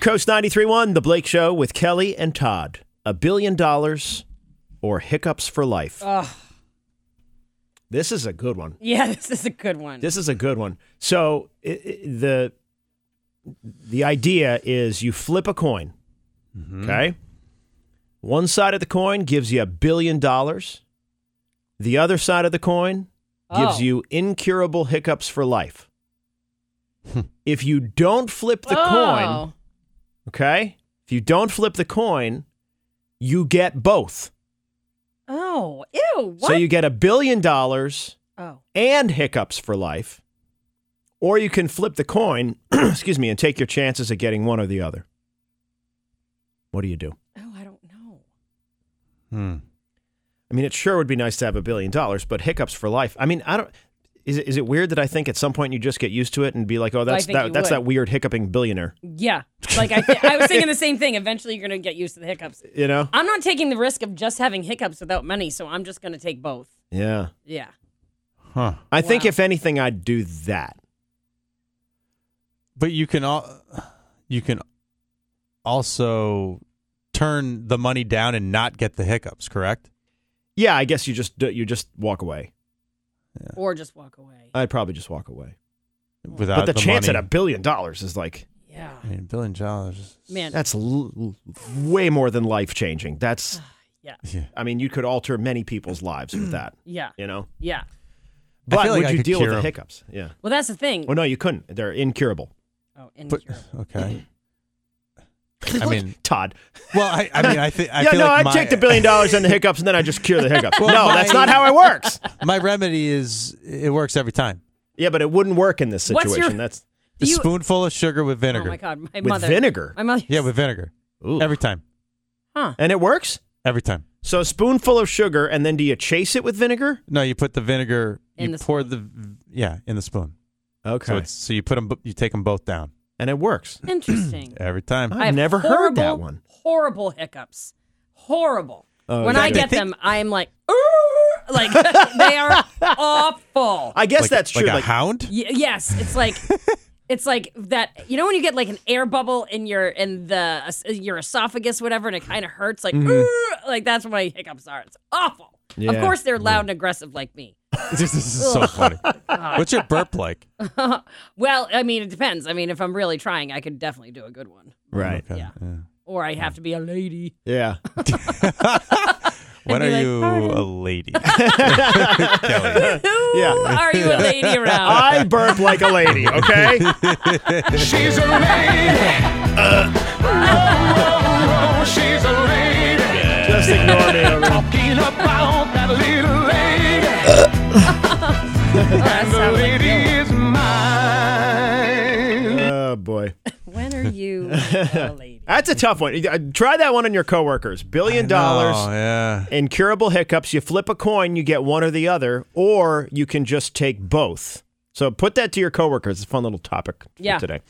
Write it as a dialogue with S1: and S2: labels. S1: Coast 93.1, The Blake Show with Kelly and Todd. A billion dollars or hiccups for life. This is a good one.
S2: Yeah, this is a good one.
S1: This is a good one. So i i the the idea is you flip a coin. Okay. One side of the coin gives you a billion dollars. The other side of the coin gives
S2: Oh.
S1: you incurable hiccups for life. if you don't flip the coin,
S2: Oh.
S1: okay? If you don't flip the coin, you get both.
S2: Oh, ew. What?
S1: So you get a billion dollars
S2: oh,
S1: and hiccups for life, or you can flip the coin, excuse me, and take your chances at getting one or the other. What do you do?
S2: oh, I don't know.
S3: Hmm.
S1: I mean, it sure would be nice to have a billion dollars, but hiccups for life. I mean, I don't. Is it, is it weird that I think at some point you just get used to it and be like, oh, that's
S2: think
S1: that,
S2: you
S1: that's
S2: would.
S1: that weird hiccuping billionaire,
S2: Yeah, like I, thi- I was thinking the same thing. Eventually, you're gonna get used to the hiccups.
S1: you know?
S2: I'm not taking the risk of just having hiccups without money, so I'm just gonna take both.
S1: Yeah.
S2: Yeah.
S3: Huh.
S1: I think
S2: Wow.
S1: if anything, I'd do that.
S3: But you can all you can also turn the money down and not get the hiccups, correct?
S1: Yeah, I guess you just do- you just walk away.
S2: or just walk away.
S1: I'd probably just walk away.
S3: Without
S1: but the, chance
S3: money.
S1: at a billion dollars is like
S2: Yeah,
S3: I mean, billion dollars.
S2: man.
S1: that's l- l- way more than life changing. That's
S2: yeah,
S3: Yeah.
S1: I mean, you could alter many people's lives with that,
S2: yeah,
S1: you know.
S2: yeah.
S1: But
S3: feel like
S1: would
S3: I
S1: you
S3: could
S1: deal with
S3: cure
S1: the
S3: 'em.
S1: hiccups? Yeah.
S2: Well, that's the thing.
S1: Well, no, you couldn't. They're incurable.
S2: oh, and
S3: But
S2: you're-
S3: okay. I mean,
S1: Todd.
S3: well, I, I mean, I think I
S1: yeah,
S3: feel
S1: no,
S3: like
S1: I'd
S3: my,
S1: take the billion dollars and the hiccups, and then I just cure the hiccups.
S3: Well,
S1: no,
S3: my-
S1: that's not how it works.
S3: My remedy is it works every time.
S1: Yeah, but it wouldn't work in this
S2: What's your-
S1: situation. that's
S3: A
S2: You-
S3: spoonful of sugar with
S2: oh
S3: vinegar.
S2: my god, my
S1: with
S2: mother.
S1: vinegar.
S2: My mother.
S3: Yeah, with vinegar.
S1: Ooh.
S3: Every time.
S2: Huh.
S1: and it works.
S3: Every time.
S1: So a spoonful of sugar, and then do you chase it with vinegar?
S3: No, you put the vinegar.
S2: In
S3: you
S2: the
S3: pour the yeah in the spoon.
S1: Okay,
S3: So it's, so you put them. You take them both down
S1: and it works.
S2: Interesting.
S3: every time.
S1: I've
S2: I have
S1: never heard that
S2: horrible,
S1: one.
S2: Horrible hiccups. Horrible.
S1: Oh,
S2: when
S1: yeah.
S2: I
S1: I
S2: get
S3: think-
S2: them, I'm like, "Urgh," like they are awful.
S1: I guess
S3: Like-
S1: that's true.
S3: Like a
S1: like-
S3: hound.
S2: Y- yes, it's like it's like that. You know when you get like an air bubble in your in the es- your esophagus, whatever, and it kind of hurts. Like, "Urgh," like that's what my hiccups are. It's awful. Of
S1: Mm-hmm. Yeah.
S2: course, they're loud and aggressive like me.
S3: this is so funny. What's your burp like?
S2: Well, I mean, it depends. I mean, if I'm really trying, I could definitely do a good one.
S1: right.
S3: Okay,
S2: Yeah. Or I have to be a lady.
S1: Yeah.
S3: When
S2: be
S3: are
S2: like,
S3: you
S2: "Pardon?"
S3: a lady? Kelly.
S2: Who
S1: Yeah.
S2: are you a lady around?
S1: I burp like a lady, okay?
S4: She's a lady. Oh, oh, oh, she's a lady.
S1: Just ignore me. all right?
S4: Talking about that little lady. and the lady is mine.
S1: Oh, boy.
S2: When are you a lady?
S1: That's a tough one. Uh, Try that one on your coworkers. Billion
S3: Oh
S1: dollars,
S3: yeah.
S1: incurable hiccups. You flip a coin, you get one or the other, or you can just take both. So put that to your coworkers. It's a fun little topic for
S2: Yeah.
S1: today.